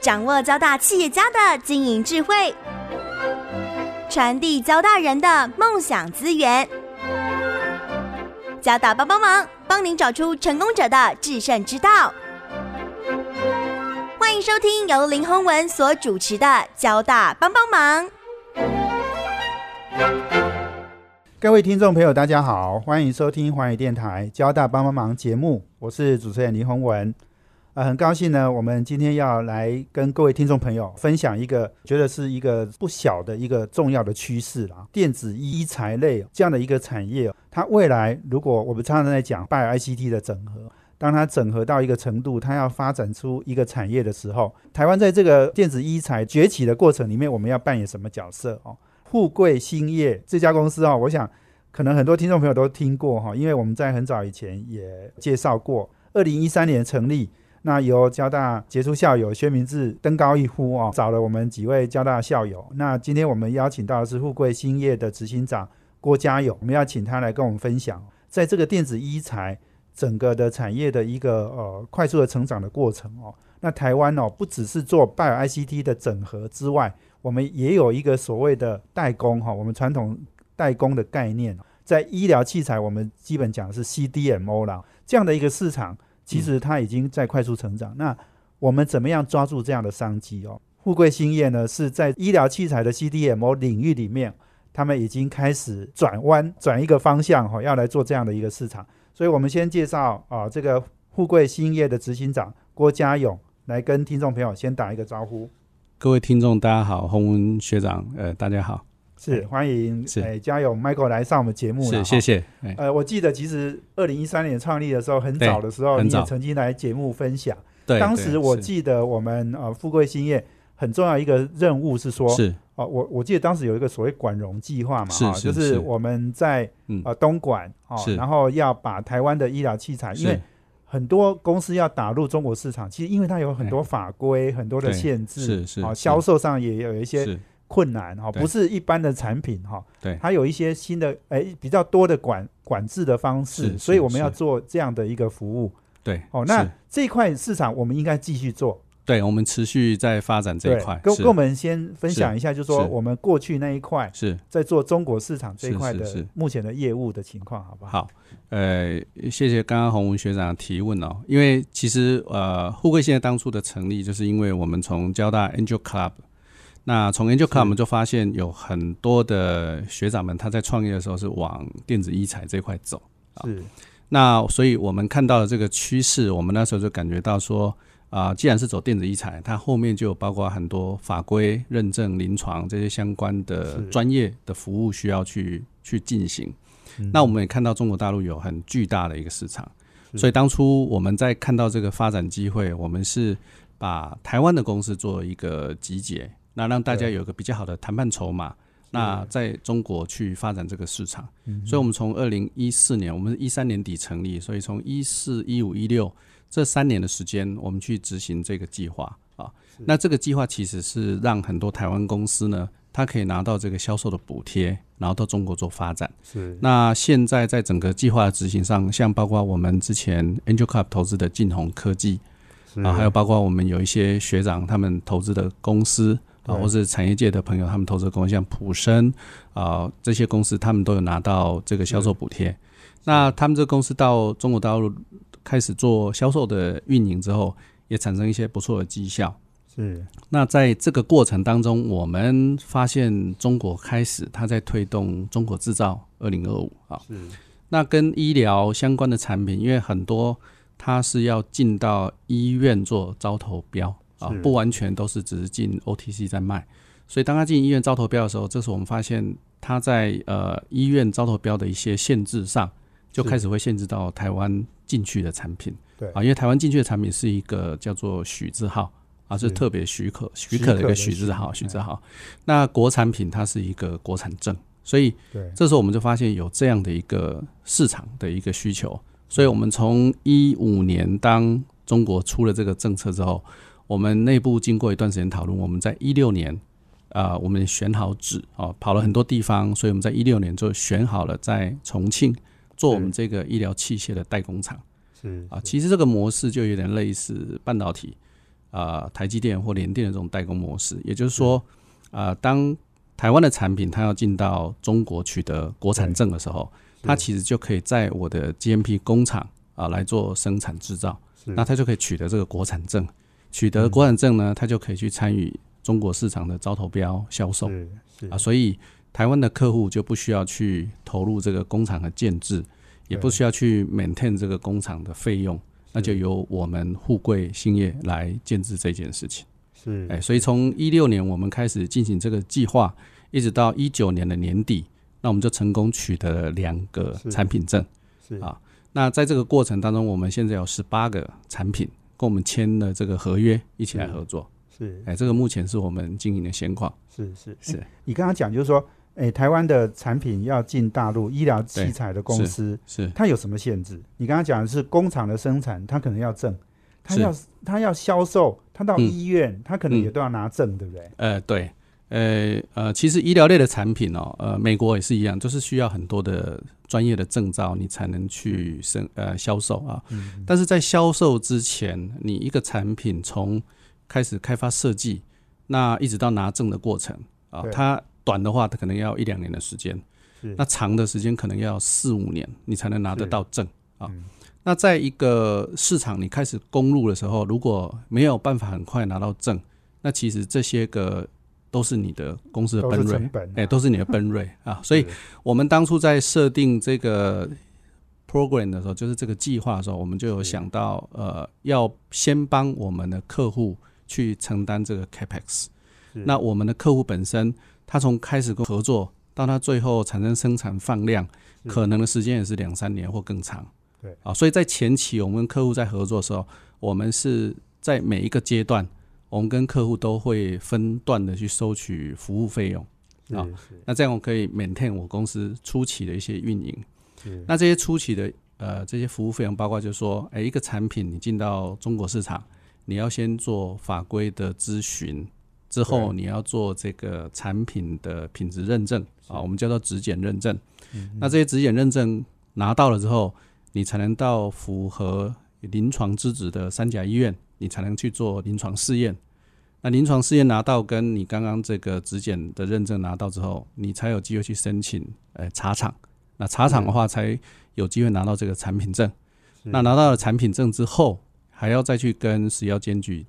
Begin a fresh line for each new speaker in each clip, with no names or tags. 掌握交大企业家的经营智慧，传递交大人的梦想资源。交大帮帮忙，帮您找出成功者的制胜之道。欢迎收听由林宏文所主持的《交大帮帮忙》。
各位听众朋友，大家好，欢迎收听环宇电台《交大帮帮忙》节目，我是主持人林宏文。呃，很高兴呢，我们今天要来跟各位听众朋友分享一个，觉得是一个不小的一个重要的趋势啦。电子医材类这样的一个产业，哦它未来如果我们常常在讲 by ICT 的整合，当它整合到一个程度，它要发展出一个产业的时候，台湾在这个电子医材崛起的过程里面，我们要扮演什么角色哦？富贵兴业这家公司哦，我想可能很多听众朋友都听过哈、哦，因为我们在很早以前也介绍过，二零一三年成立。那由交大杰出校友薛明志登高一呼哦，找了我们几位交大校友。那今天我们邀请到的是富贵兴业的执行长郭家友，我们要请他来跟我们分享，在这个电子医材整个的产业的一个呃快速的成长的过程哦。那台湾哦，不只是做 Bio ICT 的整合之外，我们也有一个所谓的代工哈、哦，我们传统代工的概念，哦在医疗器材我们基本讲是 CDMO 啦，这样的一个市场。其
嗯
实它已经在快速成长。那我们怎么样抓住这样的商机哦？富贵兴业呢是在医疗器材的 CDMO 领域里面，他们已经开始转弯，转一个方向哈、哦，要来做这样的一个市场。所以我们先介绍啊、哦，这个富贵兴业的执行长郭家勇来跟听众朋友先打一个招呼。
各位听众，大家好，洪文学长，呃，大家好，
是欢迎
是
哎家勇 Michael 来上我们节目了
是
哈
谢谢，哎，
呃，我记得其实二零一三年创立的时候，很
对
早的时候，
很
你也
早
曾经来节目分享。
对，
当
对
时我
是
记得我们呃富贵兴业很重要一个任务是说，
是
哦，我我记得当时有一个所谓管融计划嘛，
是
哈、就
是
是
是
我们在
嗯
呃东莞哦
是，
然后要把台湾的医疗器材，因为
是
很多公司要打入中国市场，其实因为它有很多法规、很多的
对
限制，
是是
哦，
是
销售上也有一些
是
困难哈、哦，
对
不是一般的产品哈、哦，
对
它有一些新的诶比较多的管管制的方式，
是是
所以我们
是
要做这样的一个服务
对
哦。
是
那这一块市场我们应该继续做，
对我们持续在发展这
对
一块，
跟
是
跟我们先分享
是
一下，就是说
是
我们过去那一块
是
在做中国市场这一块
是是
的
是
目前的业务的情况，好不好？
好，呃，谢谢刚刚洪文学长的提问哦，因为其实呃，富贵现在当初的成立，就是因为我们从交大 Angel Club，那从 Angel
是
Club 我们就发现有很多的学长们他在创业的时候是往电子医材这块走，
是
那所以我们看到的这个趋势，我们那时候就感觉到说，啊、既然是走电子医材，它后面就有包括很多法规、认证、临床这些相关的
是
专业的服务需要去去进行。
嗯
那我们也看到中国大陆有很巨大的一个市场，
是
所以当初我们在看到这个发展机会，我们是把台湾的公司做一个集结，那让大家
对
有一个比较好的谈判筹码，那在中国去发展这个市场。
嗯
所以，我们从二零一四年，我们是一三年底成立，所以从一四、一五、一六这三年的时间，我们去执行这个计划啊。那这个计划其实是让很多台湾公司呢，它可以拿到这个销售的补贴，然后到中国做发展。
是
那现在在整个计划的执行上，像包括我们之前 Angel Club 投资的晋宏科技
是
啊，还有包括我们有一些学长他们投资的公司啊，
对
或是产业界的朋友他们投资的公司，像普生啊这些公司，他们都有拿到这个销售补贴。那他们这个公司到中国大陆开始做销售的运营之后，也产生一些不错的绩效。
是
那在这个过程当中，我们发现中国开始它在推动中国制造二零二五啊，
是
那跟医疗相关的产品，因为很多它是要进到医院做招投标啊
是，
不完全都是只是进 OTC 在卖。所以当他进医院招投标的时候，这时候我们发现他在呃医院招投标的一些限制上，就开始会限制到台湾进去的产品。
对
啊，因为台湾进去的产品是一个叫做许字号啊，
是
是特别许可许
许
可的
可
一
的
个许字号
许
许字号。那国产品它是一个国产证，所以
对
这时候我们就发现有这样的一个市场的一个需求，所以我们从一五年当中国出了这个政策之后，我们内部经过一段时间讨论，我们在一六年，呃，我们选好址哦，跑了很多地方，所以我们在一六年就选好了在重庆做我们这个医疗器械的代工厂
是
啊。其实这个模式就有点类似半导体。呃台积电或联电的这种代工模式。也就是说，呃，当台湾的产品它要进到中国取得国产证的时候，它其实就可以在我的 GMP 工厂啊、来做生产制造，
是
那它就可以取得这个国产证。取得国产证呢，它就可以去参与中国市场的招投标销售。
是是
啊，所以台湾的客户就不需要去投入这个工厂的建制，也不需要去 maintain 这个工厂的费用，那就由我们富贵兴业来建制这件事情。
是
哎，所以从一六年我们开始进行这个计划，一直到一九年的年底，那我们就成功取得了两个
是
产品证。
是
啊那在这个过程当中，我们现在有十八个产品跟我们签了这个合约，一起来
是
合作。
是
哎，这个目前是我们经营的现况。哎
是是
是。
你刚刚讲就是说，哎，台湾的产品要进大陆，医疗器材的公司
是
它有什么限制？你刚刚讲的是工厂的生产，它可能要证，它要它要销售，它到
嗯
医院，它可能
嗯
也都要拿证，对不对？
呃，对，呃呃，其实医疗类的产品哦，呃，美国也是一样，就是需要很多的专业的证照，你才能去生呃销售啊。
嗯，
但是在销售之前，你一个产品从开始开发设计，那一直到拿证的过程啊
对，
它短的话，它可能要一两年的时间
是，
那长的时间可能要四五年，你才能拿得
是
到证啊
嗯。
那在一个市场你开始攻入的时候，如果没有办法很快拿到证，那其实这些个都是你的公司的
都
奔
是
瑞
成，嗯本啊，
哎、都是你的奔瑞啊。所以
是
我们当初在设定这个 program 的时候，就是这个计划的时候，我们就有
是
想到，呃，要先帮我们的客户去承担这个 capex。
是
那我们的客户本身，他从开始跟我合作到他最后产生生产放量，
是
可能的时间也是两三年或更长。
对
啊，所以在前期我们跟客户在合作的时候，我们是在每一个阶段，我们跟客户都会分段的去收取服务费用。
是
啊
是
那这样我可以 maintain 我公司初期的一些运营。
是
那这些初期的呃这些服务费用，包括就是说，哎，一个产品你进到中国市场，你要先做法规的咨询，之后
对
你要做这个产品的品质认证
是
啊，我们叫做质检认证。
嗯
那这些质检认证拿到了之后，你才能到符合临床资质的三甲医院，你才能去做临床试验。那临床试验拿到，跟你刚刚这个质检的认证拿到之后，你才有机会去申请呃茶厂。那茶厂的话，才有机会拿到这个产品证。
是
那拿到了产品证之后，还要再去跟食药监局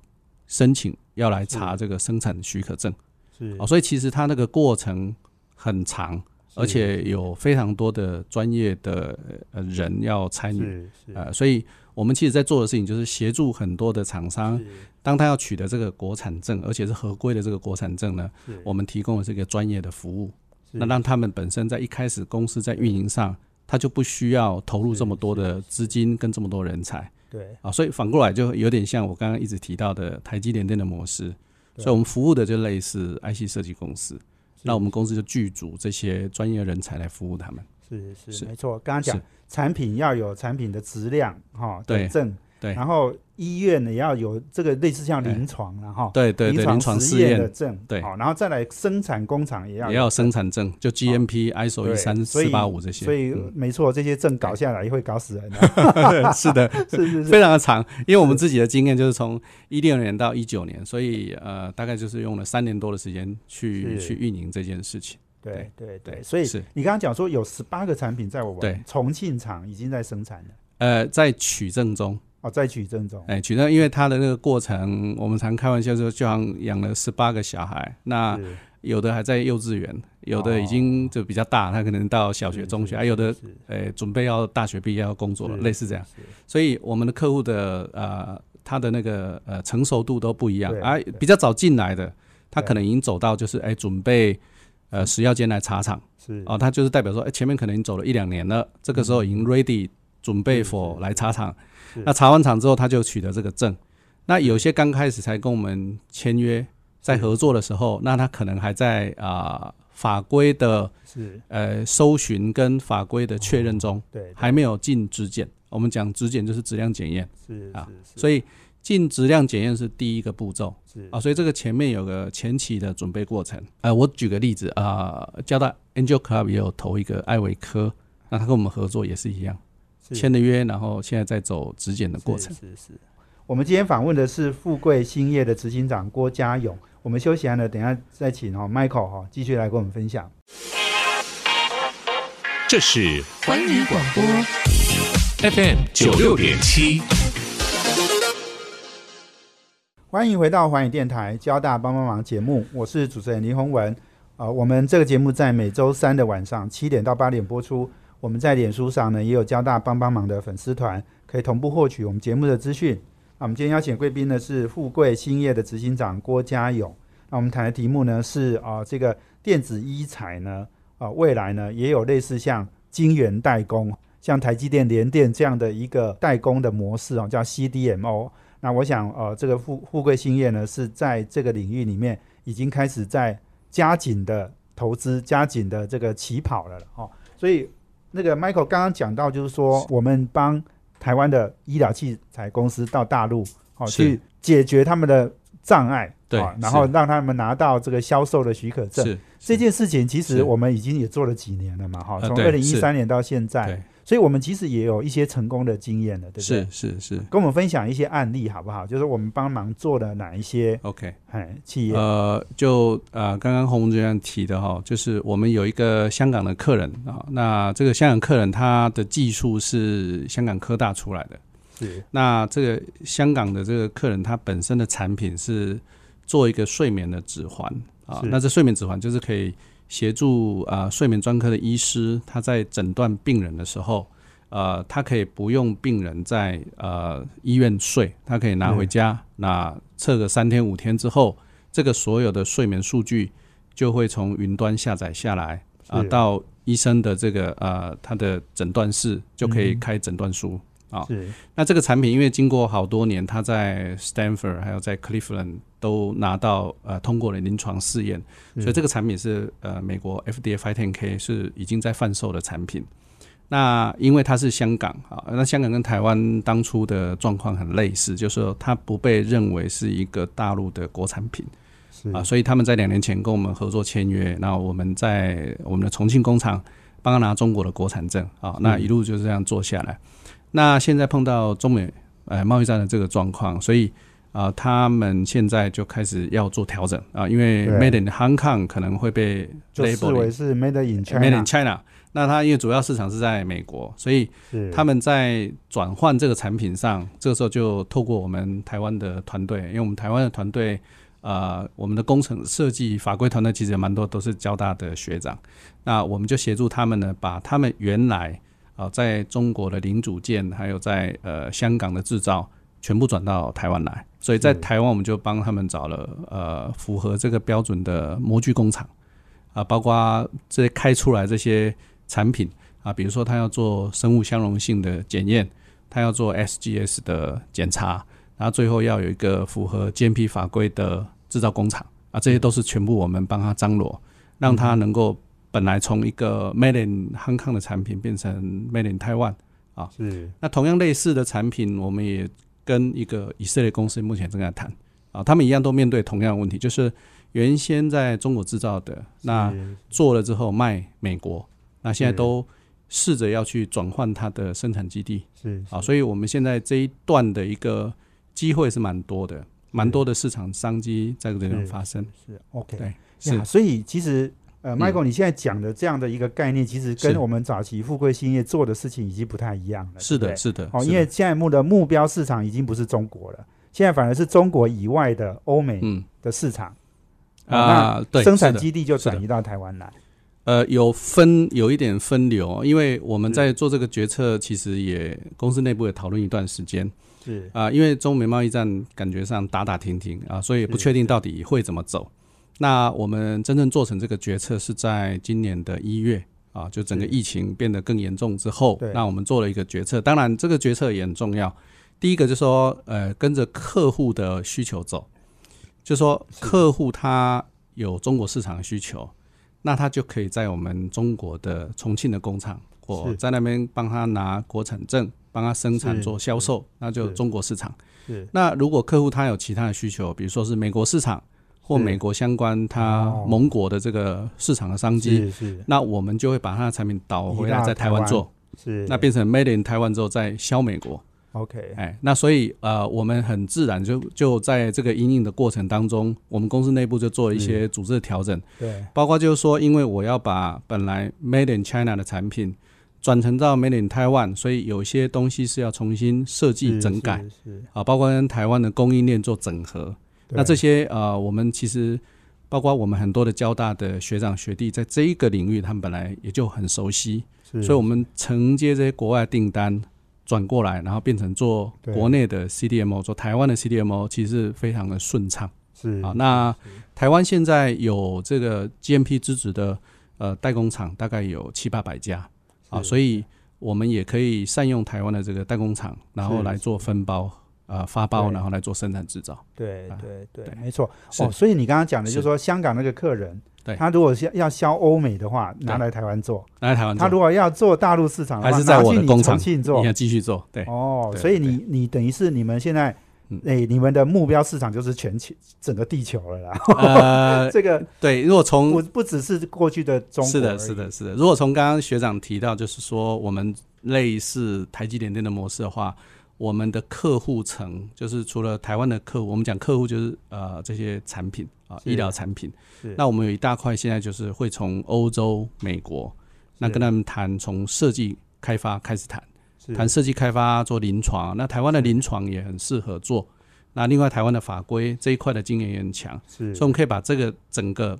申请，要来查这个生产许可证。
是
哦，所以其实它那个过程很长，
嗯是
而且有非常多的专业的呃人要参与，
是是
呃，所以我们其实在做的事情就是协助很多的厂商，当他要取得这个国产证，而且是合规的这个国产证呢，
是
我们提供的是一个专业的服务，
是
那让他们本身在一开始公司在运营上，他就不需要投入
是
这么多
是
的资金跟这么多人才。
对
啊，所以反过来就有点像我刚刚一直提到的台积联电的模式，
对
所以我们服务的就类似 IC 设计公司，那我们公司就剧组这些专业人才来服务他们。
是是
是
没错。刚刚讲
是
产品要有产品的质量哈，
对
的证
对
然后医院也要有这个类似像
对
临哦床了哈，
对对对，临床
实
试
验的
验
证，
对
好，然后再来生产工厂也要
也要
有
有生产证，就 GMP、ISO
哦对
一 E 三
所
四
以
八五这些。
所以没错，这些证搞下来也会搞死人的，
嗯是 的，
是是是，
非常的长，因为我们自己的经验就是从一六年到一九年，所以呃，大概就是用了三年多的时间去
是
去运营这件事情。
对对对，
对
所以
是
你刚刚讲说有十八个产品在我
对
们重庆厂已经在生产了，
呃，在取证中，
哦，在取证中，
哎，取证，因为他的那个过程，我们常开玩笑说，就好像养了十八个小孩，那
是哦
有的还在幼稚园，有的已经就比较大，他可能到小学、中学，还有的呃准备要大学毕业要工作了，类似这样。，
是是是
所以我们的客户的呃他的那个呃成熟度都不一样
对
啊
对，
比较早进来的，他
对
可能已经走到就是哎准备。呃，食药监来查厂
是
啊，他就是代表说，哎，前面可能已经走了一两年了，这个时候已经
嗯
ready 准备
是
for
是
来查厂，
是
那查完厂之后，他就取得这个证。那有些刚开始才跟我们签约，在合作的时候，那他可能还在啊、法规的
是，
呃搜寻跟法规的确认中，
对，
还没有进质检。我们讲质检就是质量检验，
是
啊
是是，
所以进质量检验是第一个步骤
是
啊。所以这个前面有个前期的准备过程。呃，我举个例子啊，交、大 Angel Club 也有投一个艾维科，那他跟我们合作也是一样，
是
签了约，然后现在在走质检的过程。
是是是。我们今天访问的是富贵兴业的执行长郭家勇。我们休息完了，等一下再请哦 Michael 哈、继续来跟我们分享。
这是
环宇广播
FM 九六点七，
欢迎回到环宇电台交大帮帮忙节目，我是主持人林宏文。啊、我们这个节目在每周三的晚上七点到八点播出。我们在脸书上呢也有交大帮帮忙的粉丝团，可以同步获取我们节目的资讯。那我们今天邀请贵宾呢是富贵兴业的执行长郭家勇。那我们谈的题目呢是啊、这个电子医材呢啊、未来呢也有类似像晶圆代工，像台积电、联电这样的一个代工的模式哦，叫 CDMO。那我想，呃，这个富富贵兴业呢，是在这个领域里面已经开始在加紧的投资、加紧的这个起跑了了哦。所以，那个 Michael 刚刚讲到，就是说我们帮台湾的医疗器材公司到大陆，哦，
是
去解决他们的障碍，
对
哦
是
然后让他们拿到这个销售的许可证。
是
这件事情其实
是
我们已经也做了几年了嘛，哈，
呃
从二
对
零一
是
三年到现在
对，
所以我们其实也有一些成功的经验了，对不对
是？是是
跟我们分享一些案例好不好？就是我们帮忙做了哪一些
，OK。
哎企业、
呃，就呃，刚刚洪主任提的哈、就是我们有一个香港的客人啊、那这个香港客人他的技术是香港科大出来的，
是
那这个香港的这个客人他本身的产品是做一个睡眠的指环啊
是，
那这睡眠指环就是可以协助啊、呃睡眠专科的医师他在诊断病人的时候。呃，他可以不用病人在呃医院睡，他可以拿回家，
嗯
那测个三天五天之后，这个所有的睡眠数据就会从云端下载下来啊、
是
到医生的这个呃他的诊断室就可以
嗯
开诊断书。好
是
那这个产品因为经过好多年，它在 Stanford 还有在 Cleveland 都拿到呃通过了临床试验，
是
所以这个产品是呃美国 FDA 510K 是已经在贩售的产品。那因为它是香港啊，那香港跟台湾当初的状况很类似，就是说它不被认为是一个大陆的国产品。
是
啊，所以他们在两年前跟我们合作签约，那我们在我们的重庆工厂帮他拿中国的国产证啊，
嗯
那一路就是这样做下来。那现在碰到中美呃贸易战的这个状况，所以啊、他们现在就开始要做调整啊，因为
对
Made in Hong Kong 可能会被
就视
label
为是 Made in
Made
China，
in China，那它因为主要市场是在美国，所以
是
他们在转换这个产品上，这个时候就透过我们台湾的团队，因为我们台湾的团队，呃，我们的工程设计法规团队其实也蛮多都是交大的学长，那我们就协助他们呢，把他们原来啊、在中国的零组件，还有在呃香港的制造，全部转到台湾来，所以在
是
台湾我们就帮他们找了呃符合这个标准的模具工厂啊、包括这些开出来这些产品。啊，比如说他要做生物相容性的检验，他要做 SGS 的检查，然后最后要有一个符合 GMP 法规的制造工厂啊，这些都是全部我们帮他张罗，让他能够本来从一个 Made in Hong Kong 的产品变成 Made in Taiwan。
是
那同样类似的产品，我们也跟一个以色列公司目前正在谈啊，他们一样都面对同样的问题，就是原先在中国制造的那。
是
做了之后卖美国，那现在
是
都试着要去转换它的生产基地
是
啊，所以我们现在这一段的一个机会是蛮多的，蛮多的市场商机在这
是
边发生。
是 OK
对，
呀
是嗯
所以其实。呃，Michael，你现在讲的这样的一个概念，其实跟
是
我们早期富贵兴业做的事情已经不太一样了。对
是
不对
的，是的，
哦，
是
因为
的
现在目的目标市场已经不是中国了，现在反而是中国以外的欧美
嗯
的市场，哦
啊，对，
生产
是的
基地就是
的
转移到台湾来。
呃，有分有一点分流，因为我们在做这个决策，其实也公司内部也讨论一段时间
是
啊、因为中美贸易战感觉上打打停停啊、所以不
是
确定到底会怎么走。那我们真正做成这个决策是在今年的一月啊，就整个
是
疫情变得更严重之后
对，
那我们做了一个决策。当然，这个决策也很重要。第一个就是说，呃，跟着客户的需求走，就是说
是
客户他有中国市场的需求，那他就可以在我们中国的重庆的工厂，或
是
在那边帮他拿国产证，帮他生产
是
做销售，
嗯
那就是中国市场
是。
那如果客户他有其他的需求，比如说是美国市场或
是
美国相关他
哦
盟国的这个市场的商机，
是是
那我们就会把它的产品导回
移
来
到
在
台
台
湾
湾做，
是，
那变成 Made in 台湾之后再销美国。
OK，
哎，那所以呃，我们很自然就就在这个因应的过程当中，我们公司内部就做了一些组织的调整，
对，
包括就是说，因为我要把本来 Made in China 的产品转成到 Made in Taiwan，所以有一些东西是要重新设计
是
整改
是是，
啊，包括跟台湾的供应链做整合。那这
对
些呃，我们其实包括我们很多的交大的学长学弟，在这一个领域，他们本来也就很熟悉，
是
所以我们承接这些国外订单转过来，然后变成做
对
国内的 CDMO，做台湾的 CDMO，其实非常的顺畅
是
啊。那台湾现在有这个 GMP 资质的呃代工厂，大概有七八百家啊，所
以
以我们也可以善用台湾的这个代工厂，然后
是
来
是
做分包。呃，发包
对
然后来做生产制造，
对
啊
对对
对，
没错
是
哦。所以你刚刚讲的就是
是
说，香港那个客人，
对
他如果是要销欧美的话，拿
对
来台湾做；
拿来台湾做
他如果要做大陆市场的话，
还是在
拿
我
去
的
你
工
重
厂
庆做
你要。继续做，对，
哦，
对
所以
对
你你等于是你们现在
嗯，
哎，你们的目标市场就是全球整个地球了啦。
呃，
这个
对，如果
不
从
不只是过去的中国，
是的，是的，，是的，如果从刚刚学长提到，就是说我们类似台积联电的模式的话，我们的客户层就是除了台湾的客户，我们讲客户就是呃这些产品啊、
是
医疗产品
是，
那我们有一大块现在就是会从欧洲、美国，那
是
跟他们谈从设计开发开始谈。
是
谈设计开发做临床，那台湾的临床也很适合做。那另外台湾的法规这一块的经验也很强，
是
所以我们可以把这个整个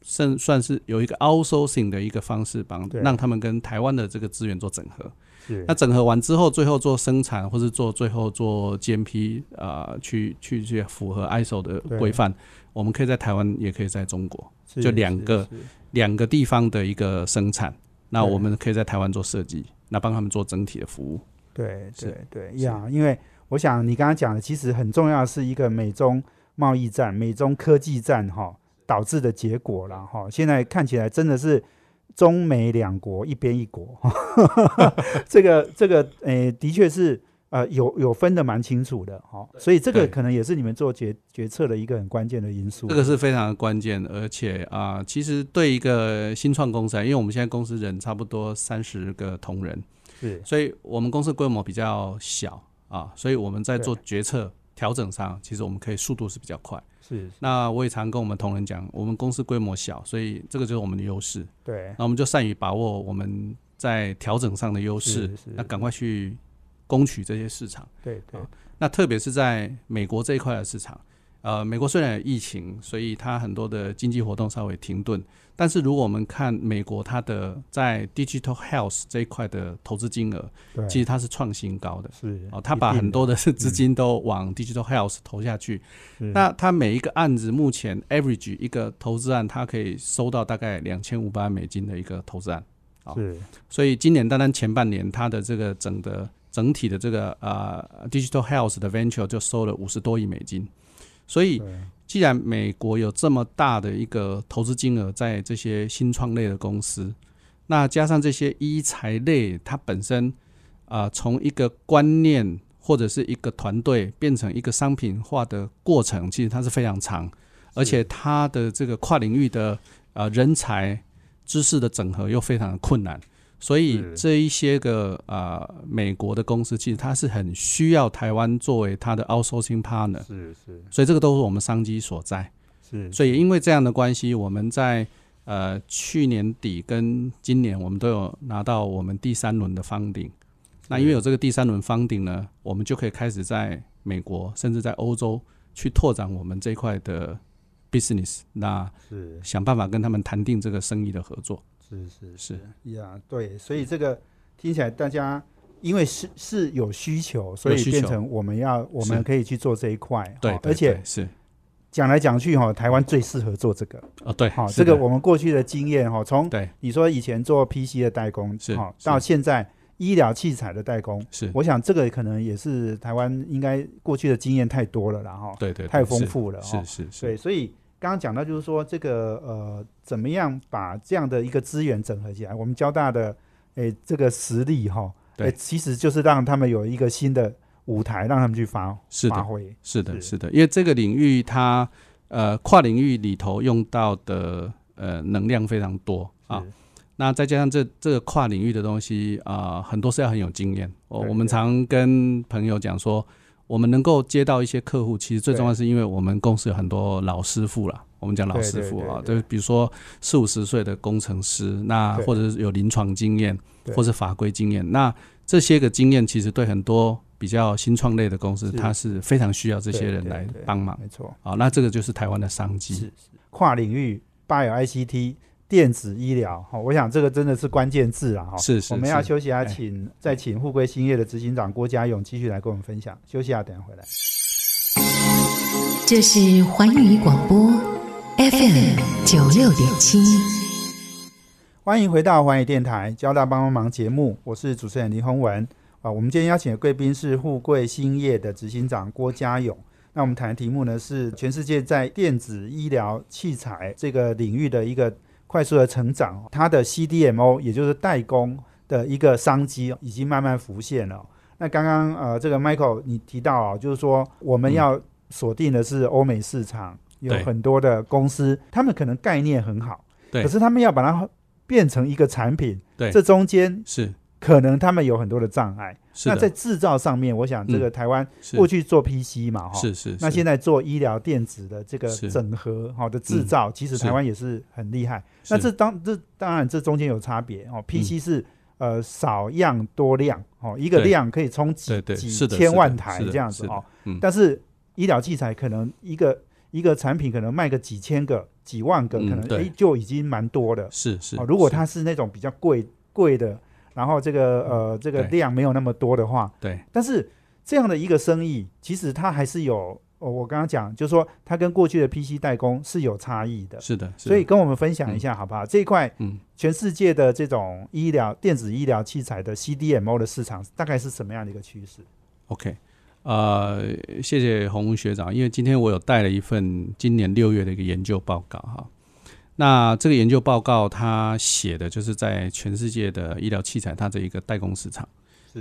算算是有一个 outsourcing 的一个方式，帮
对
让他们跟台湾的这个资源做整合。
是
那整合完之后，最后做生产或是做最后做 GMP 啊、呃去去去符合 ISO 的
对
规范，我们可以在台湾，也可以在中国
是
就两
是
个
是
两个地方的一个生产。那
对
我们可以在台湾做设计，那帮他们做整体的服务。
对
是
对对
是
呀，因为我想你刚刚讲的，其实很重要的是一个美中贸易战、美中科技战哈、导致的结果啦哈、现在看起来真的是中美两国一边一国， 这个这个诶，的确是呃有有分的蛮清楚的哈、所以这个
对
可能也是你们做决决策的一个很关键的因素。
这个是非常的关键，而且啊、其实对一个新创公司来，因为我们现在公司人差不多三十个同仁，
是
所以我们公司规模比较小啊，所以我们在做决策调整上，其实我们可以速度是比较快。
是，
那我也常跟我们同仁讲，我们公司规模小，所以这个就是我们的优势，
对
那我们就善于把握我们在调整上的优势
是是，
那赶快去攻取这些市场。
对对
啊那特别是在美国这一块的市场，呃，美国虽然有疫情，所以它很多的经济活动稍微停顿，但是如果我们看美国它的在 digital health 这一块的投资金额，
对，
其实它是创新高的。
是
哦，它把很多的资金都往 digital health 投下去，那它每一个案子目前 average 一个投资案，它可以收到大概两千五百万美金的一个投资案。好
是
所以今年单单前半年，它的这个整的整体的这个呃 digital health 的 venture 就收了五十多亿美金。所以，
对
既然美国有这么大的一个投资金额在这些新创类的公司，那加上这些医材类，它本身啊，呃从、一个观念或者是一个团队变成一个商品化的过程，其实它是非常长，而且它的这个跨领域的啊人才知识的整合又非常的困难。所以
是
这一些个啊、呃美国的公司其实它是很需要台湾作为它的 outsourcing partner，
是是
所以这个都是我们商机所在。
是，
所以因为这样的关系，我们在呃去年底跟今年，我们都有拿到我们第三轮的方顶。那因为有这个第三轮方顶呢，我们就可以开始在美国甚至在欧洲去拓展我们这一块的 business。那
是
想办法跟他们谈定这个生意的合作。
是是
是嗯
呀对，所以这个听起来大家因为是是有需求，所以
需
变
求
成我们要我们
是
可以去做这一块，
对
哈，
对
哦而且
对是
讲来讲去哈，台湾最适合做这个，
哦，对，
好，
是
这
的
个我们过去的经验哈，从
对
你说以前做 PC 的代工，
是
哈，
是
到现在医疗器材的代工，
是，
我想这个可能也是台湾应该过去的经验太多了啦哈，
对对，对
太丰
是
富了哈
是，是
对，
是，
所以刚刚讲到就是说这个呃，怎么样把这样的一个资源整合起来？我们交大的诶这个实力哈，
对
诶其实就是让他们有一个新的舞台，让他们去发
是的
发挥。
是的，
是
是的，因为这个领域它呃跨领域里头用到的呃能量非常多啊
是。
那再加上这这个跨领域的东西啊、呃很多是要很有经验。哦我、
对
我们
对
常跟朋友讲说，我们能够接到一些客户，其实最重要是因为我们公司有很多老师傅啦。我们讲老
对
师
对
傅
对
啊，
对
对，比如说四五十岁的工程师，那
对
或者是有临床经验，
对
或是法规经验，那这些个经验其实对很多比较新创类的公司，
是
它是非常需要这些
对
人
对
来
对
帮忙。
没错，
好，那这个就是台湾的商
是
机。
跨领域八有 ICT。电子医疗，哈、我想这个真的是关键字啦，哈、
是是
我们要
是
休息啊，
哎
请、再请富贵兴业的执行长郭家勇继续来跟我们分享。休息啊，等一下回来。
这是环宇广播 FM 九六点七，
欢迎回到环宇电台《交大帮帮忙》节目，我是主持人林宏文。啊，我们今天邀请的贵宾是富贵兴业的执行长郭家勇。那我们谈的题目呢是全世界在电子医疗器材这个领域的一个快速的成长，它的 CDMO 也就是代工的一个商机已经慢慢浮现了。那刚刚呃，这个 Michael 你提到啊，就是说我们
嗯
要锁定的是欧美市场，有
对
很多的公司，他们可能概念很好，
对
可是他们要把它变成一个产品，
对
这中间
是
可能他们有很多的障碍。
是
那在
的，嗯
制造上面，我想这个台湾
是
过去做 PC 嘛，哈，
是是，
那
是
现在做医疗电子的这个
是
整合，好的制造，其实
是
台湾也是很厉害。那
是嗯
这当这当然这中间有差别哦，PC 是。呃，少样多量哦，一个
对
量可以冲几
对对
几
是的
千
是的
万台
是的
这样子
是的
哦
嗯，
但是医疗器材可能一个一个产品可能卖个几千个、几万个，可
嗯
能
对
诶就已经蛮多了。
是是
哦，如果
是嗯
它是那种比较贵贵的，然后这个呃这个
对
量没有那么多的话，
对
但是这样的一个生意，其实它还是有，哦、我刚刚讲，就是说它跟过去的 PC 代工是有差异的。
是的，是
所以
的
跟我们分享一下好不好？这一块
嗯，
全世界的这种医疗电子医疗器材的 CDMO 的市场大概是什么样的一个趋势？
OK，呃，谢谢洪文学长，因为今天我有带了一份今年六月的一个研究报告哈。那这个研究报告它写的就是在全世界的医疗器材它这一个代工市场。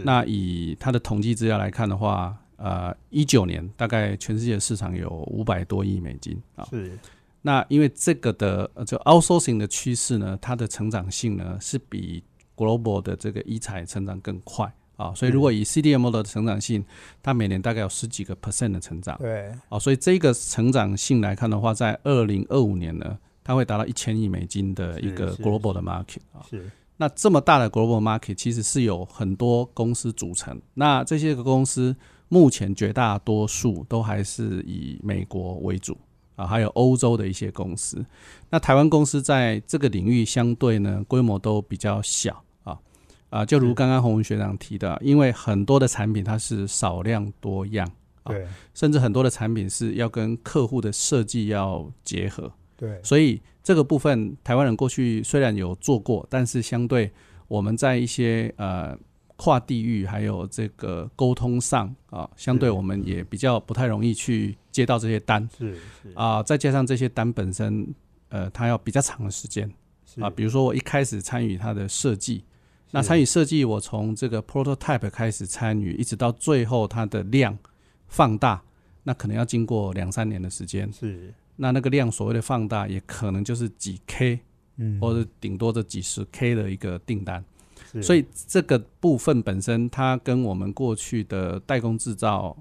那以它的统计资料来看的话，呃，一九年大概全世界市场有五百多亿美金啊。
是
那因为这个的呃就 outsourcing 的趋势呢，它的成长性呢是比 global 的这个一材成长更快啊，所以
嗯
如果以 CDMO 的成长性，它每年大概有十几个 percent 的成长
对，
啊，所以这个成长性来看的话，在二零二五年呢，它会达到一千亿美金的一个
是是
global 的 market 啊。
是
那这么大的 global market 其实是有很多公司组成，那这些个公司目前绝大多数都还是以美国为主啊，还有欧洲的一些公司。那台湾公司在这个领域相对呢规模都比较小啊啊，就如
是
刚刚洪文学长提的，因为很多的产品它是少量多样，啊
对
甚至很多的产品是要跟客户的设计要结合，
对
所以这个部分台湾人过去虽然有做过，但是相对我们在一些呃跨地域还有这个沟通上啊，相对我们也比较不太容易去接到这些单
是是
啊，再加上这些单本身呃，它要比较长的时间
是
啊，比如说我一开始参与它的设计。那参与设计，我从这个 prototype 开始参与，一直到最后它的量放大，那可能要经过两三年的时间。
是
那那个量所谓的放大，也可能就是几 K
嗯，
或者顶多这几十 K 的一个订单。
是
所以这个部分本身，它跟我们过去的代工制造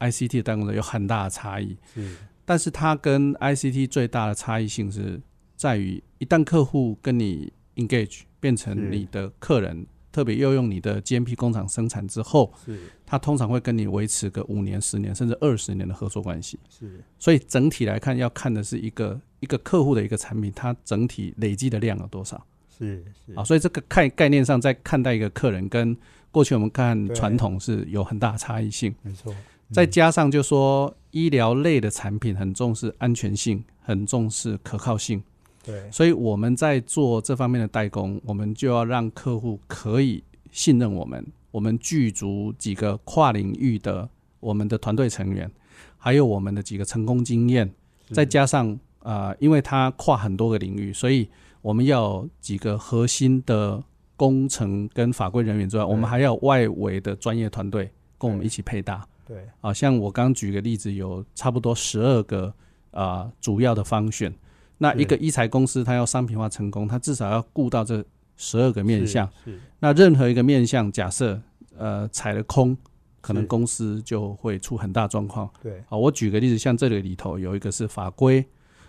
ICT 的代工制造有很大的差异。
是
但是它跟 ICT 最大的差异性是在于，一旦客户跟你 engage 变
是
成你的客人，特别要用你的 GMP 工厂生产之后，
是
他通常会跟你维持个五年、十年甚至二十年的合作关系。
是
所以整体来看，要看的是一个一个客户的一个产品，它整体累积的量有多少
是是
啊？所以这个概概念上，在看待一个客人，跟过去我们看
对
传统是有很大的差异性。
没错，
再加上就说医疗类的产品很重视安全性，很重视可靠性，
对
所以我们在做这方面的代工，我们就要让客户可以信任我们，我们具足几个跨领域的我们的团队成员，还有我们的几个成功经验。
嗯
再加上呃，因为它跨很多个领域，所以我们要有几个核心的工程跟法规人员之外，我们还要有外围的专业团队跟我们一起配搭。
对
啊，像我刚举个例子，有差不多十二个啊、呃主要的方选。那一个一材公司，它要商品化成功，它至少要顾到这十二个面向。
是
那任何一个面向，假设呃踩了空，可能
是
公司就会出很大状况。啊
对，
好，我举个例子，像这里里头有一个是法规，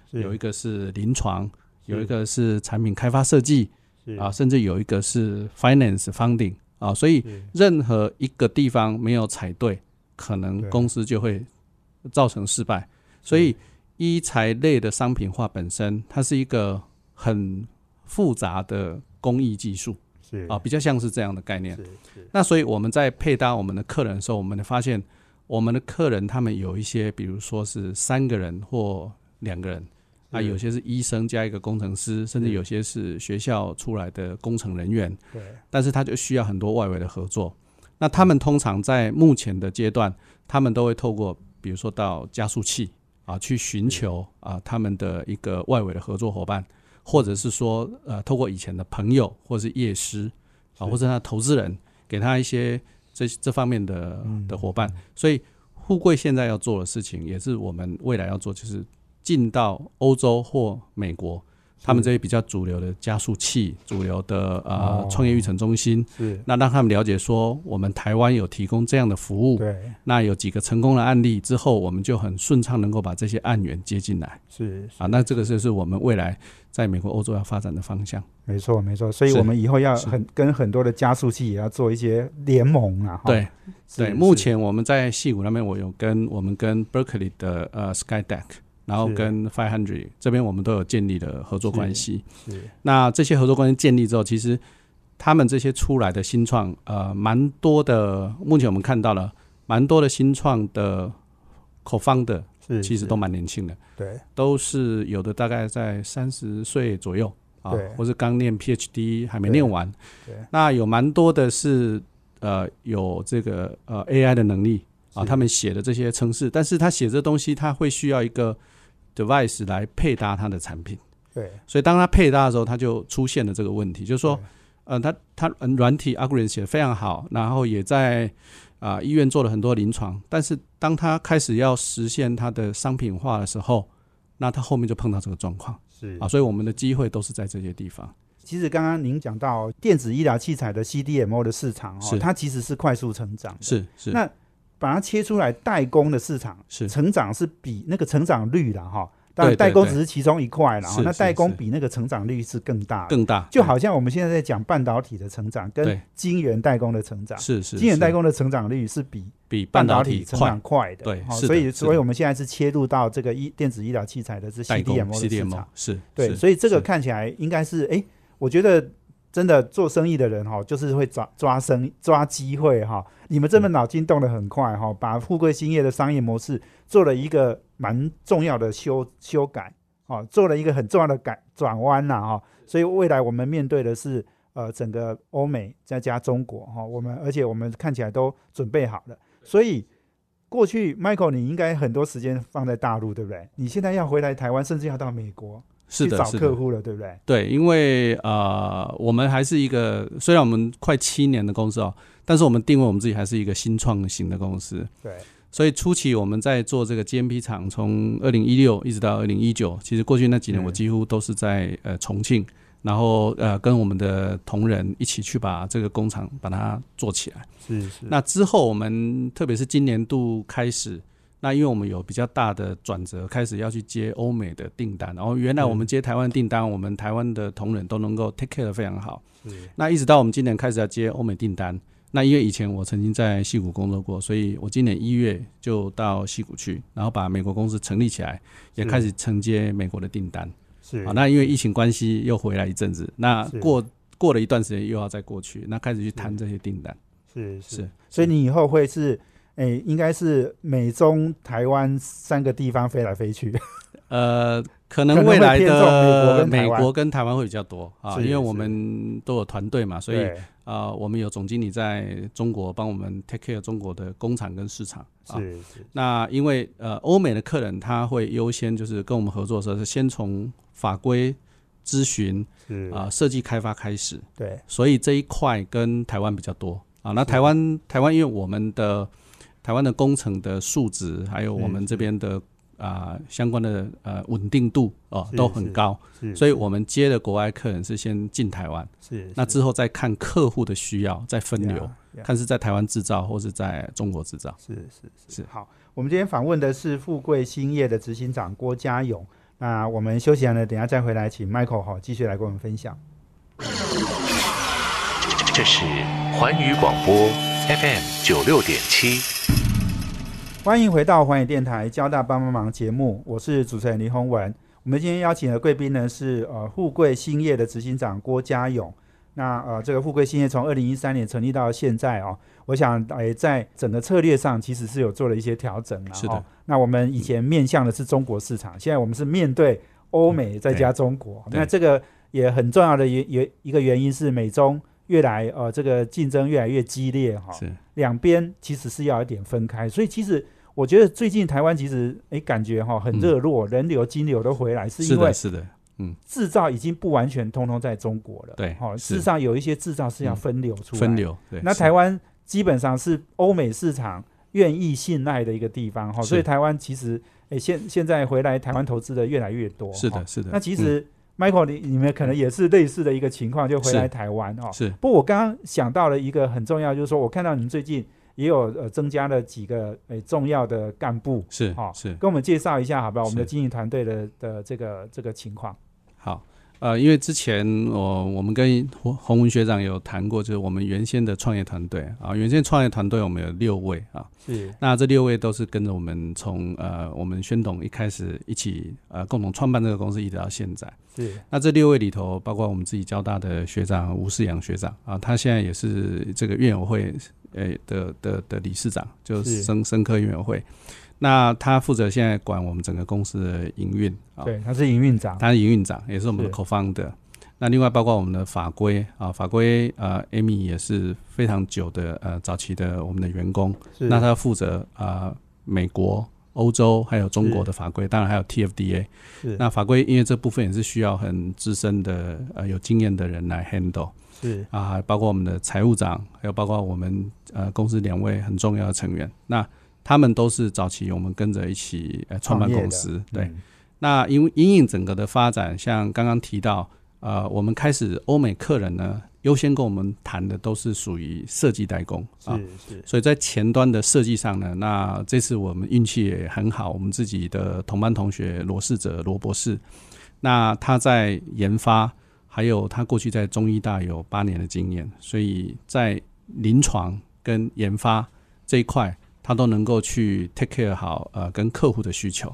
是
有一个是临床，有一
是
个是产品开发设计
是
啊，甚至有一个是 finance funding 啊，所以
是
任何一个地方没有踩对，可能
对
公司就会造成失败。所以医材类的商品化本身，它是一个很复杂的工艺技术
是
啊，比较像是这样的概念。
是是
那所以我们在配搭我们的客人的时候，我们发现我们的客人他们有一些，比如说是三个人或两个人，啊，
是
有些是医生加一个工程师，甚至
是
有些是学校出来的工程人员，
对
但是他就需要很多外围的合作。那他们通常在目前的阶段，他们都会透过比如说到加速器啊，去寻求
嗯
啊他们的一个外围的合作伙伴，或者是说呃透过以前的朋友或是业师啊，
是
或者他投资人给他一些这这方面的
嗯
的伙伴。所以富贵现在要做的事情，也是我们未来要做，就是进到欧洲或美国。他们这些比较主流的加速器、主流的呃
哦
创业育成中心，
是，
那让他们了解说，我们台湾有提供这样的服务，
对
那有几个成功的案例之后，我们就很顺畅能够把这些案源接进来
是
啊。那这个就是我们未来在美国、欧洲要发展的方向。
没错没错，所以
是
我们以后要
是
很跟很多的加速器也要做一些联盟啊。哈
对
是
对，
是
目前我们在戏谷那边，我有跟我们跟 Berkeley 的呃 SkyDeck，然后
是
跟 Five Hundred 这边我们都有建立了合作关系。
是
那这些合作关系建立之后，其实他们这些出来的新创，呃，蛮多的。目前我们看到了蛮多的新创的 co-founder，
是，
其实
是
都蛮年轻的，
对
都是有的大概在三十岁左右啊
对，
或是刚念 PhD 还没
对
念完
对。
那有蛮多的是呃有这个呃 AI 的能力啊，
是
他们写的这些程式，但是他写这东西，他会需要一个 device 来配搭他的产品。
对
所以当它配搭的时候，它就出现了这个问题，就是说
对，
呃，它它嗯软体 a l g o r i t 写得非常好，然后也在啊、医院做了很多临床，但是当它开始要实现它的商品化的时候，那它后面就碰到这个状况
是
啊，所以我们的机会都是在这些地方。
其实刚刚您讲到电子医疗器材的 CDMO 的市场哦
是，
它其实是快速成长的，
是是
那把它切出来代工的市场，
是
成长是比那个成长率啦哈。当然，
对对
代工
对
只是其中一块啦。哈
是
那
是
代工
是
比那个成长率是更大的，
更大，
就好像我们现在在讲半导体的成长跟
对
晶圆代工的成
对
长，
是是
晶圆代
是
工的成长率是比
比
半
半
导
导
体成
快
长快的，
对
哈
是的
所以
是的
所以我们现在是切入到这个医电子医疗器材的是
代工
CDMO 的市
CDMO
场，
是
对，
是
所以这个
是
看起来应该是哎，诶我觉得真的做生意的人哈，就是会抓抓生抓机会哈。你们这么脑筋动得很快
嗯
哈，把富贵兴业的商业模式做了一个蛮重要的修修改，哦，做了一个很重要的改转弯啦哈。所以未来我们面对的是呃整个欧美再加中国哈，我们而且我们看起来都准备好了，所以。过去，Michael，你应该很多时间放在大陆，对不对？你现在要回来台湾，甚至要到美国，
是
去
的
找
是
客
的。
户了，对不对？
对，因为呃，我们还是一个虽然我们快七年的公司哦，但是我们定位我们自己还是一个新创型的公司，
对，
所以初期我们在做这个 GMP 厂，从二零一六一直到二零一九，其实过去那几年
嗯
我几乎都是在呃重庆，然后呃跟我们的同仁一起去把这个工厂把它做起来。
是是
那之后我们特别是今年度开始。那因为我们有比较大的转折，开始要去接欧美的订单，然后原来我们接台湾订单，我们台湾的同仁都能够 take care 的非常好。
是
那一直到我们今年开始要接欧美订单。那因为以前我曾经在戏谷工作过，所以我今年一月就到戏谷去，然后把美国公司成立起来，也
是
开始承接美国的订单。
是
好，那因为疫情关系又回来一阵子，那
是
过过了一段时间又要再过去，那开始去谈这些订单。
是
是，
所以你以后会是，诶，应该是美中台湾三个地方飞来飞去，
呃，可
可
能
能
未
会
来
偏重美国
的
跟台
美
湾
国跟台湾会比较多啊，
是
因为我
是
们都有团队嘛，所以
对
啊、我们有总经理在中国帮我们 take care 中国的工厂跟市场啊。
是是
那因为呃，欧美的客人他会优先就是跟我们合作的时候是先从法规咨询
是
啊、设计开发开始，
对
所以这一块跟台湾比较多啊。那台湾台湾因为我们的台湾的工程的数值，还有我们这边的啊、相关的呃稳定度哦、
是
都很高，
是，
所以我们接的国外客人是先进台湾，
是
那之后再看客户的需要再分流，，
是
看是在台湾制造或是在中国制造。
是是是。
是
好，我们今天访问的是富贵兴业的执行长郭家勇。那我们休息完了，等一下再回来，请 Michael 哈继续来跟我们分享。
这是环宇广播 FM 九六点七。
欢迎回到环宇电台《交大帮帮忙》节目，我是主持人林宏文。我们今天邀请的贵宾呢是呃富贵兴业的执行长郭家勇。那呃，这个富贵兴业从二零一三年成立到现在哦，我想诶，在整个策略上其实是有做了一些调整啦
是的
哦那我们以前面向的是中国市场，现在我们是面对欧美再加中国。
嗯对
那这个也很重要的原原一个原因是美中越来呃这个竞争越来越激烈哈、
是
两边其实是要有一点分开，所以其实我觉得最近台湾其实诶感觉哈很热络，人流、金流都回来，是
是
因为
嗯的，是的，
制造已经不完全通通在中国了。
对
哦，
是嗯
事实上有一些制造是要分流出来。
分。流。对，
那
是
台湾基本上是欧美市场愿意信赖的一个地方哈，
是
所以台湾其实诶现现在回来台湾投资的越来越多。
是
哦
的，。是的。
那其
嗯
实 Michael，你你们可能也是类似的一个情况，就回来
是
台湾哦。
嗯是
不，我刚刚想到了一个很重要，就是说我看到你们最近也有呃增加了几个呃重要的干部，
是
好
是
跟我们介绍一下好不好？我们的
是
经营团队的的这个这个情况
好。呃，因为之前我我们跟洪洪文学长有谈过，就是我们原先的创业团队啊，原先创业团队我们有六位啊，
是
那这六位都是跟着我们从呃我们宣董一开始一起呃共同创办这个公司，一直到现在。
是
那这六位里头，包括我们自己交大的学长吴世阳学长啊，他现在也是这个院友会呃的的的理事长，就是
是
生生科院友会。那他负责现在管我们整个公司的营运啊，
对，他是营运长，
他是营运长，也是我们的
是
co-founder。那另外包括我们的法规啊，法规呃，Amy 也是非常久的呃早期的我们的员工，
是
那他负责啊、呃美国、欧洲还有中国的法规，当然还有 TFDA
是。
那法规因为这部分也是需要很资深的呃有经验的人来 handle
是
啊，包括我们的财务长，还有包括我们呃公司两位很重要的成员，那他们都是早期我们跟着一起呃创办
创业的
公司，对。
嗯
那因为因应整个的发展，像刚刚提到，呃，我们开始欧美客人呢优先跟我们谈的都是属于设计代工啊，
是是
所以在前端的设计上呢，那这次我们运气也很好，我们自己的同班同学罗世哲罗博士，那他在研发，还有他过去在中医大有八年的经验，所以在临床跟研发这一块，他都能够去 take care 好呃跟客户的需求。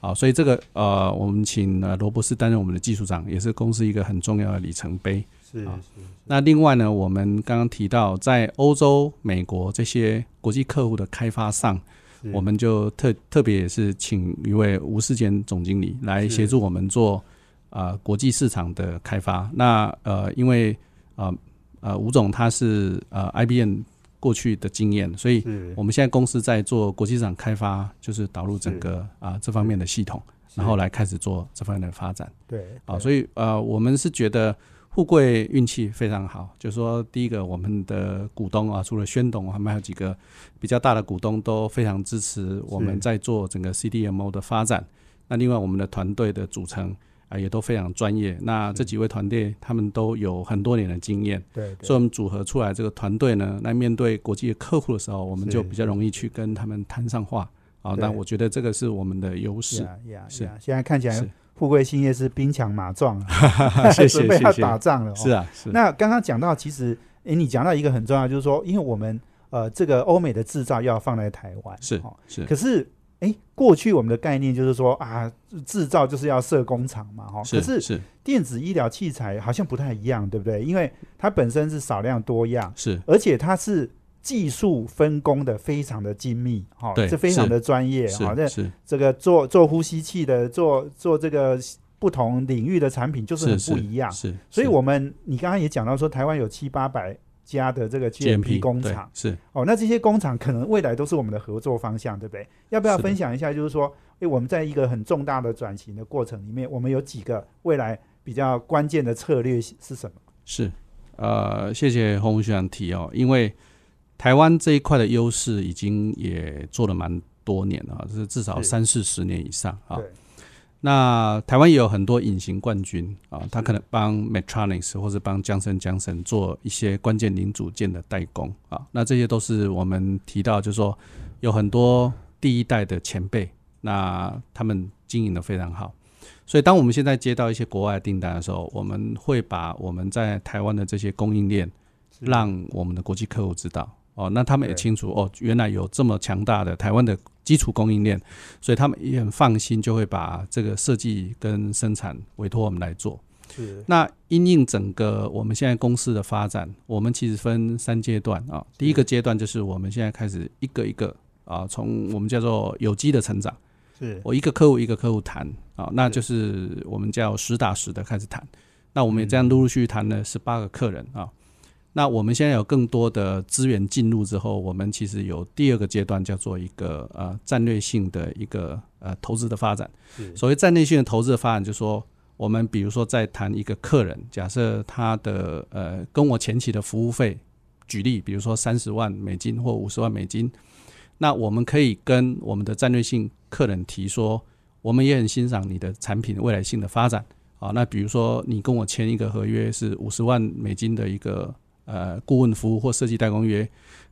好，所以这个呃，我们请呃罗博士担任我们的技术长，也是公司一个很重要的里程碑。
是
啊那另外呢，我们刚刚提到，在欧洲、美国这些国际客户的开发上，
是
我们就特特别也是请一位吴世坚总经理来协助我们做啊国际市场的开发。那呃，因为呃呃吴总他是呃 IBM 过去的经验，所以
是
我们现在公司在做国际市场开发，就是导入整个啊、这方面的系统，然后来开始做这方面的发展。
对
啊，
以
所以呃，我们是觉得富贵运气非常好，就是说第一个，我们的股东啊，除了宣董，我们还有几个比较大的股东都非常支持我
是
们在做整个 CDMO 的发展。那另外，我们的团队的组成啊、也都非常专业。那这几位团队他们都有很多年的经验，
对
所以我们组合出来这个团队呢，来面对国际的客户的时候，我们
是
就比较容易去跟他们谈上话。啊，
对啊
那我觉得这个是我们的优势。
呀呀
是
呀，现在看起来
是
富贵兴业是兵强马壮了，
谢谢
准备要
谢谢
打仗了哦，
是啊，是
那刚刚讲到，其实诶，你讲到一个很重要，就是说，因为我们呃，这个欧美的制造要放在台湾，
是
哦、
是
可是诶，过去我们的概念就是说啊，制造就是要设工厂嘛，哈、可
是
是
是
电子医疗器材好像不太一样，对不对？因为它本身是少量多样，
是
而且它是。技术分工的非常的精密，哈、
对
这非常
是
的专业，哈、那
是是
这个做做呼吸器的，做做这个不同领域的产品，就是很
是
不一样。
是，
所以
是
我们你刚刚也讲到说，台湾有七八百家的这个 GMP 工厂
对是
哦，那这些工厂可能未来都是我们的合作方向，对不对？要不要
是的
分享一下？就是说，诶，我们在一个很重大的转型的过程里面，我们有几个未来比较关键的策略是是什么？
是，呃，谢谢洪文学长提哦，因为台湾这一块的优势已经也做的蛮多年啊，就是至少
是
三四十年以上啊。
对，
那台湾也有很多隐形冠军啊，他可能帮 Medtronic 或是帮江森江森做一些关键零组件的代工啊，那这些都是我们提到，就是说有很多第一代的前辈，那他们经营的非常好。所以，当我们现在接到一些国外的订单的时候，我们会把我们在台湾的这些供应链，
是
让我们的国际客户知道哦，那他们也
对
清楚哦，原来有这么强大的台湾的基础供应链，所以他们也很放心，就会把这个设计跟生产委托我们来做。
是
那因应整个我们现在公司的发展，我们其实分三阶段啊、第一个阶段就是我们现在开始一个一个啊，从我们叫做有机的成长，
是
我一个客户一个客户谈啊、那就是我们叫实打实的开始谈。那我们也这样陆陆续续谈了十八个客人啊、那我们现在有更多的资源进入之后，我们其实有第二个阶段叫做一个呃战略性的一个呃投资的发展。
是
所谓战略性的投资的发展，就是说我们比如说在谈一个客人，假设他的呃跟我前期的服务费，举例，比如说三十万美金或五十万美金，那我们可以跟我们的战略性客人提说，我们也很欣赏你的产品未来性的发展。啊，那比如说你跟我签一个合约是五十万美金的一个呃顾问服务或设计代工约，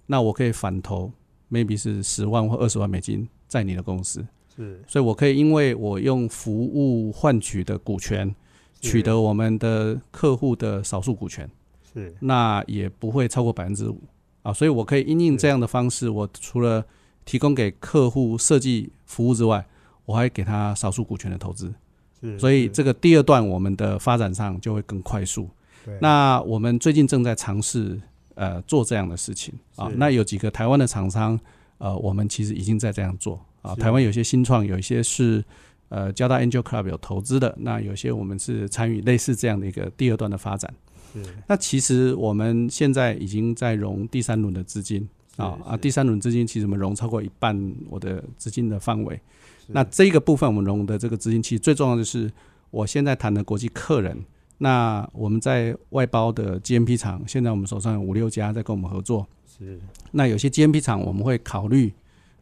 那我可以反投 maybe 是十万或二十万美金在你的公司。
是
所以我可以因为我用服务换取的股权，取得我们的客户的少数股权，
是
那也不会超过百分之五啊。所以我可以因应这样的方式，我除了提供给客户设计服务之外，我还给他少数股权的投资。
是，
所以
是
这个第二段我们的发展上就会更快速。
对
那我们最近正在尝试呃做这样的事情啊
是。
那有几个台湾的厂商，呃，我们其实已经在这样做啊。
是
台湾有些新创，有一些是呃交大 Angel Club 有投资的，那有些我们是参与类似这样的一个第二段的发展。
是
那其实我们现在已经在融第三轮的资金啊
是
啊，第三轮资金其实我们融超过一半我的资金的范围。
是
那这个部分我们融的这个资金，其实最重要的是我现在谈的国际客人。那我们在外包的 GMP 厂，现在我们手上有五六家在跟我们合作。
是
那有些 GMP 厂我们会考虑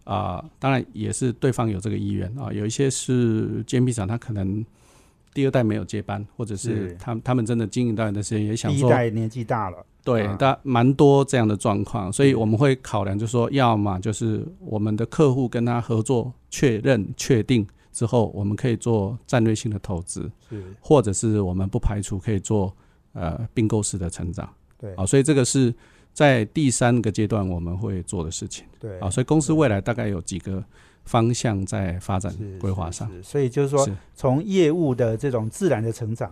啊、当然也是对方有这个意愿啊、有一些是 GMP 厂，他可能第二代没有接班，或者
是
是他他们真的经营到一段时间，也想
第一
说
代年纪大了，
对
啊，
但蛮多这样的状况，所
嗯
以我们会考量，就是说，要么就是我们的客户跟他合作确认、确定之后，我们可以做战略性的投资，
是
或者是我们不排除可以做呃并购式的成长
对
啊，所以这个是在第三个阶段我们会做的事情
对
啊，所以公司未来大概有几个方向在发展
是
规划上，
是所以就是说
是
从业务的这种自然的成长，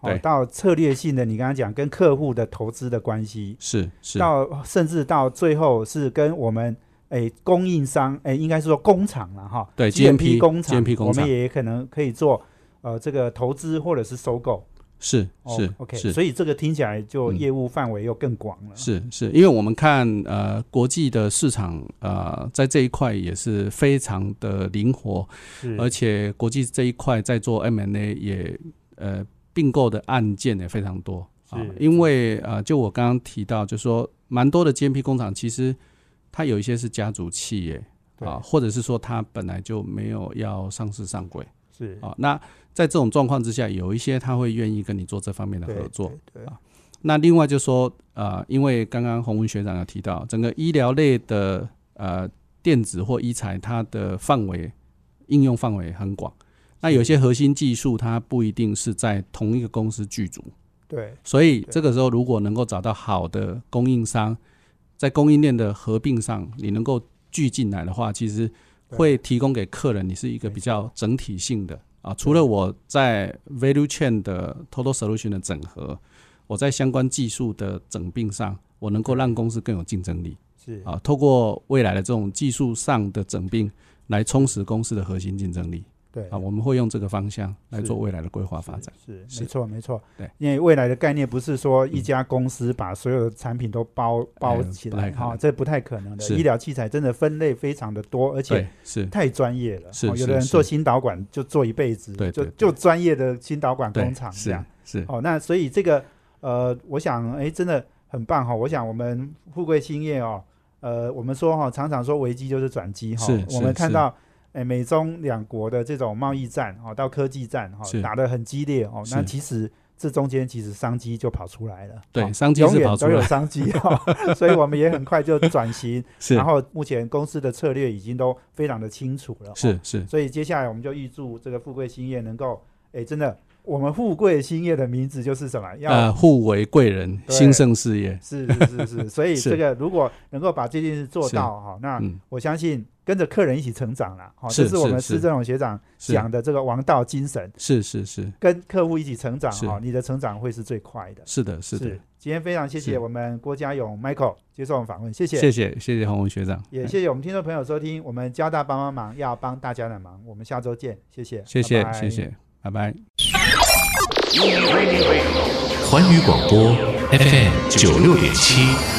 哦
对，
到策略性的，你刚刚讲跟客户的投资的关系，
是是
到甚至到最后是跟我们诶供应商诶，应该是说工厂了哈，
对
GMP
GMP
工厂
GMP 工
我们
厂
也可能可以做呃这个投资或者是收购。
是
哦
是
OK，
是
所以这个听起来就
嗯
业务范围又更广了。
是是，因为我们看呃国际的市场呃在这一块也是非常的灵活，
是
而且国际这一块在做 M&A 也呃并购的案件也非常多啊
是，
因为呃就我刚刚提到，就说蛮多的 GMP 工厂其实它有一些是家族企业
对
啊，或者是说它本来就没有要上市上柜
是
啊，那在这种状况之下，有一些他会愿意跟你做这方面的
对
合作。
对
啊那另外就说，呃，因为刚刚洪文学长有提到，整个医疗类的呃电子或医材，它的范围应用范围很广。那有些核心技术，它不一定是在同一个公司具足，
对
所以这个时候如果能够找到好的供应商，在供应链的合并上，你能够聚进来的话，其实会提供给客人，你是一个比较整体性的啊。除了我在 value chain 的 total solution 的整合，我在相关技术的整并上，我能够让公司更有竞争力
是
啊。透过未来的这种技术上的整并，来充实公司的核心竞争力
对
啊。我们会用这个方向来
是
做未来的规划发展。
是
是
没错没错，
对，
因为未来的概念不是说一家公司把所有的产品都包包
哎
起
不太
来
可能
哈，这不太可能的。
是
医疗器材真的分类非常的多，而且
对，是
太专业了。
是
哦有
是
的人做
是
心导管就做一辈子，
对
就
对对
就专业的心导管
对
工厂这
是
样。
是
哦，那所以这个呃，我想哎，真的很棒哈、我想我们富贵兴业哦，呃，我们说哈，常常说危机就是转机哈
是。
我
是
们看
是
到，哎，美中两国的这种贸易战哈，到科技战哈
是，
打得很激烈哦。那
是
其实这中间其实商机就跑出来了，
对
哦
商机
永
是
远
跑出
都有
来
商机哈。所以我们也很快就转型，
是
然后目前公司的策略已经都非常的清楚了。
是是，
所以接下来我们就预祝这个富贵兴业能够，哎，真的，我们富贵兴业的名字就是什么？要、
呃，互为贵人，
对
兴盛事业，
是是是 是，所以
是
这个如果能够把这件事做
是
到哈，那
嗯，
我相信跟着客人一起成长啦。好，
是
这是我
是
们
是
施正荣学长
是
讲的这个王道精神，
是是是
跟客户一起成长
是
哈，你的成长会是最快的。
是的，是的，
今天非常谢谢
是
我们郭家勇 Michael 接受我们访问，谢谢，
谢嗯谢谢谢洪文学长，
也谢谢我们听众朋友收听，我们交大帮帮忙要帮大家的忙，我们下周见，谢谢，
谢谢
拜拜
谢谢，拜拜。
环宇广播 FM 九六点七。